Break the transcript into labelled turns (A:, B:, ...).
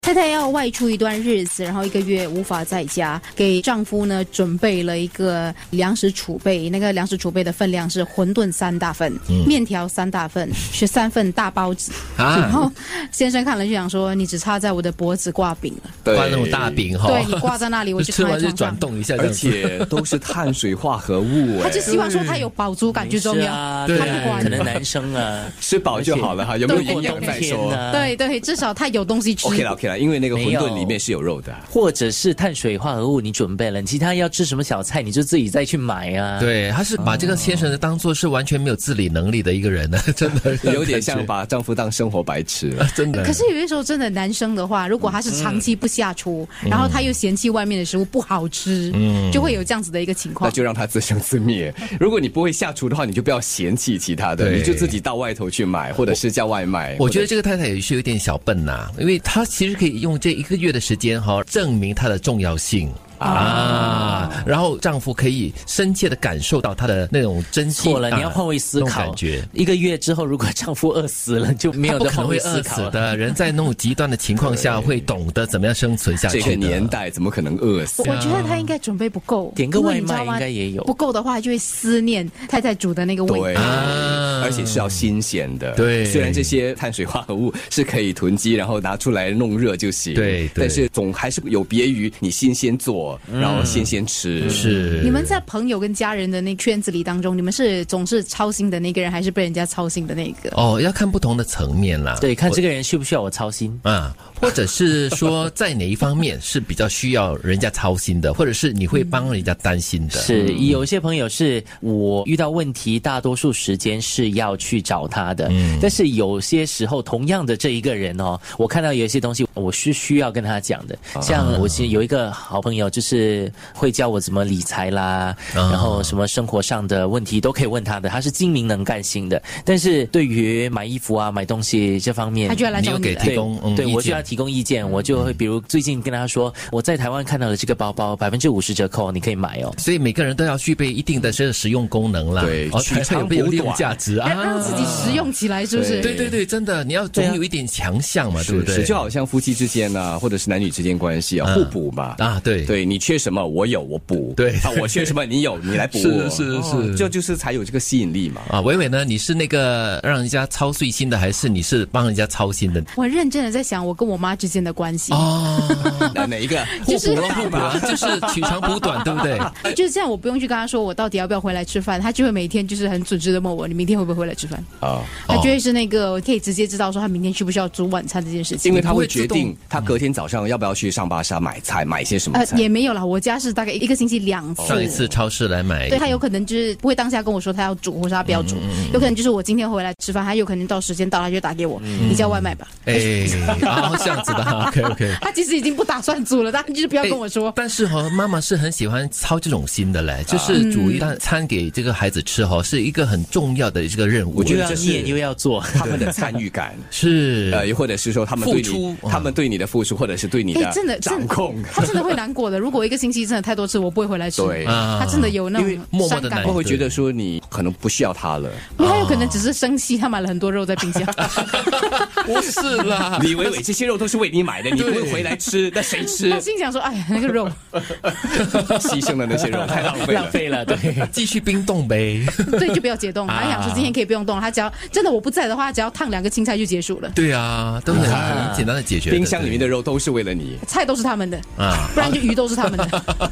A: 太太要外出一段日子，然后一个月无法在家，给丈夫呢准备了一个粮食储备，那个粮食储备的分量是馄饨三大份，
B: 嗯
A: 面条三大份，十三份大包 子。然
C: 啊，
A: 后先生看了就想说：“你只差在我的脖子挂饼 了，
D: 对
C: 挂那种大，饼哈，
A: 对你 挂在那里，我
C: 就
A: 就
C: 吃
A: 躺
C: 完
A: 在
C: 就
A: 床
C: 转
A: 上。”
C: 动一下这
D: 而
C: 样子，
D: 且都是碳水化合物，
A: 他
D: 哎
A: 就，希望说他有饱足感最重
B: 没事
A: 要，他
B: 啊，对
A: 不
B: 啊，
A: 管
B: 可。能男生啊，
D: 吃饱就好了哈，有没有
B: 如
D: 营
B: 果
D: 养
B: 冬
D: 再
B: 天
D: 说。
B: 呢，
A: 对对，至少他有东西吃。
D: OK 了 OK 了，因为那个馄
B: 没
D: 饨
B: 有
D: 里面是有肉的。
B: 或者是碳水化合物你准备了，你其他要吃什么小菜你就自己再去买啊。，
C: 对，他是把这个先生当做是完全没有自理能力的一个人呢， 真的
D: 有点像把丈夫当生活白痴了。
C: 啊真的。
A: 可是有些时候，真的男生的话，如果他是长期不下厨，
D: 嗯
A: 然后他又嫌弃外面的食物不好吃，就会有这样子的一个情
D: 那
A: 况。
D: 就让他自生自灭。如果你不会下厨的话，你就不要嫌弃其他的，
C: 对
D: 你就自己到外头去买，或者是叫外卖。
C: 我觉得
D: 或者
C: 这个太太也是有点小笨呐、因为她其实可以用这一个月的时间哈、证明她的重要性啊，然后丈夫可以深切的感受到她的那种珍惜。
B: 错了，
C: 啊
B: 你要换位思
C: 那种
B: 考。
C: 感觉。
B: 一个月之后，如果丈夫饿死了，就没
C: 她
B: 有
C: 不
B: 的
C: 可
B: 换
C: 能会
B: 位思
C: 饿
B: 考
C: 死
B: 了。
C: 的，人在那种极端的情况下会懂得怎么样生存下去
D: 这
C: 的。
D: 个年代怎么可能饿死
A: 我？我觉得他应该准备不够，
B: 点个
A: 因为
B: 外
A: 你知道
B: 卖
A: 吗
B: 应该也有
A: 不够的话就会思念太太煮的那个味
D: 对，
A: 道。
C: 啊
D: 而且是要新鲜的。
C: 对
D: 虽然这些碳水化合物是可以囤积，然后拿出来弄热就行。
C: 对对
D: 但是总还是有别于你新鲜做，然后新鲜吃。
C: 是
A: 你们在朋友跟家人的那圈子里当中，你们是总是操心的那个人，还是被人家操心的那个？
C: 哦，要看不同的层面啦。
B: 对，看这个人需不需要我操心。
C: 啊，或者是说在哪一方面是比较需要人家操心的，或者是你会帮人家担心的。嗯
B: 是有些朋友是我遇到问题，大多数时间是要去找他的。
C: 嗯
B: 但是有些时候，同样的这一个人哦，我看到有一些东西，我是需要跟他讲的。
C: 啊
B: 像我其实有一个好朋友，就是会教我怎么理财啦，
C: 啊
B: 然后什么生活上的问题都可以问他的，他是精明能干型的。但是对于买衣服啊、买东西这方面，
A: 他就要来
C: 你
A: 找
C: 有
A: 你
C: 给
A: 了。
C: 提供嗯
B: 对
C: 意
B: 我就
C: 见嗯
B: 要提供意见，我就会比如最近跟他说，我在台湾看到的这个包包百分之五十折扣，你可以买哦。
C: 所以每个人都要具备一定的这个实用功能啦，
D: 对
C: 哦，
D: 取
C: 才会有
D: 长
C: 利用
D: 补短
C: 价值
A: 让让
C: 啊。
A: 哎自己实用起来，是不是？
C: 对对对，真的，你要总
B: 对啊
C: 有一点强项
B: 啊
C: 嘛，对不
D: 是
C: 对？
D: 就好像夫妻之间啊，或者是男女之间关系啊，互补吧。
C: 啊，对，
D: 对你缺什么，我有，我补。
C: 对
D: 啊，我缺什么，你有，你来 补
C: 是
D: 我。
C: 是
D: 哦
C: 是
D: 这就是才有这个吸引力 嘛。
C: 啊，伟伟呢？你是那个让人家操碎心的，还是你是帮人家操心的？
A: 我认真的在想我跟我妈之间的关系，
D: 哎哪哪 一个？
A: 就是
C: 互补了，互补了，就是啊取长补短，对不对？
A: 就是这样，我不用去跟她说我到底要不要回来吃饭，她就会每天就是很准时的问我你明天会不会回来吃饭，
D: 啊，
A: 她就会是那个我可以直接知道说她明天需不需要煮晚餐这件事情。
D: 因为他会决
C: 你不会
D: 定他隔天早上要不要去上巴沙买菜，买一些什么
A: 呃，
D: 菜。
A: 也没有啦，我家是大概一个星期两次。
D: 哦
C: 上一次超市来买，
A: 对他有可能就是不会当下跟我说他要煮，或是他不要煮，
D: 嗯
A: 有可能就是我今天回来吃饭，他有可能到时间到了他就打给我，你叫外卖吧。
D: 嗯
C: 哎，啊，这样 子的哈，OK OK。
A: 他其实已经不打算煮了，他就是不要跟我说啊
C: 哎。但是哈、妈妈是很喜欢操这种心的嘞，就是煮一大餐给这个孩子吃哈、是一个很重要的这个任务。
D: 我觉
B: 又
D: 得
B: 要
D: 这是
B: 念又要做，
D: 他们的参与感，
C: 是。
D: 呃，又或者是说他们对
C: 付
D: 你嗯
C: 出，
D: 他们对你的付出，或者是对你
A: 哎、
D: 的
A: 真的，真
D: 掌
A: 的
D: 控，
A: 他真的会难过的。如果一个星期真的太多次，我不会回来吃。
D: 对
C: 啊
A: 他真的有那
D: 因为
A: 种
C: 默
A: 伤
C: 默地
A: 感
C: 难
D: 他，会觉得说你可能不需要他了。
A: 他有可
D: 啊
A: 能只是生气，他买了很多肉在冰箱。
C: 不是 啦，
D: 李伟伟，这些肉都是为你买的，你不会
C: 对
D: 回来吃，那谁吃
A: 他？心想说：“哎呀， 那个肉，
D: 牺牲了那些肉，太浪费
B: 浪
D: 了。
B: 费了，对。
C: 继续冰冻呗。
A: 对，就不要解冻。”他想说今天可以不用冻，他只要真的我不在的话，他只要烫两个青菜就结束了，
C: 对啊，都很很简单的解决的。
D: 冰箱里面的肉都是为了你。
A: 菜都是他们的，
C: 啊。
A: 不然就鱼都是他们的。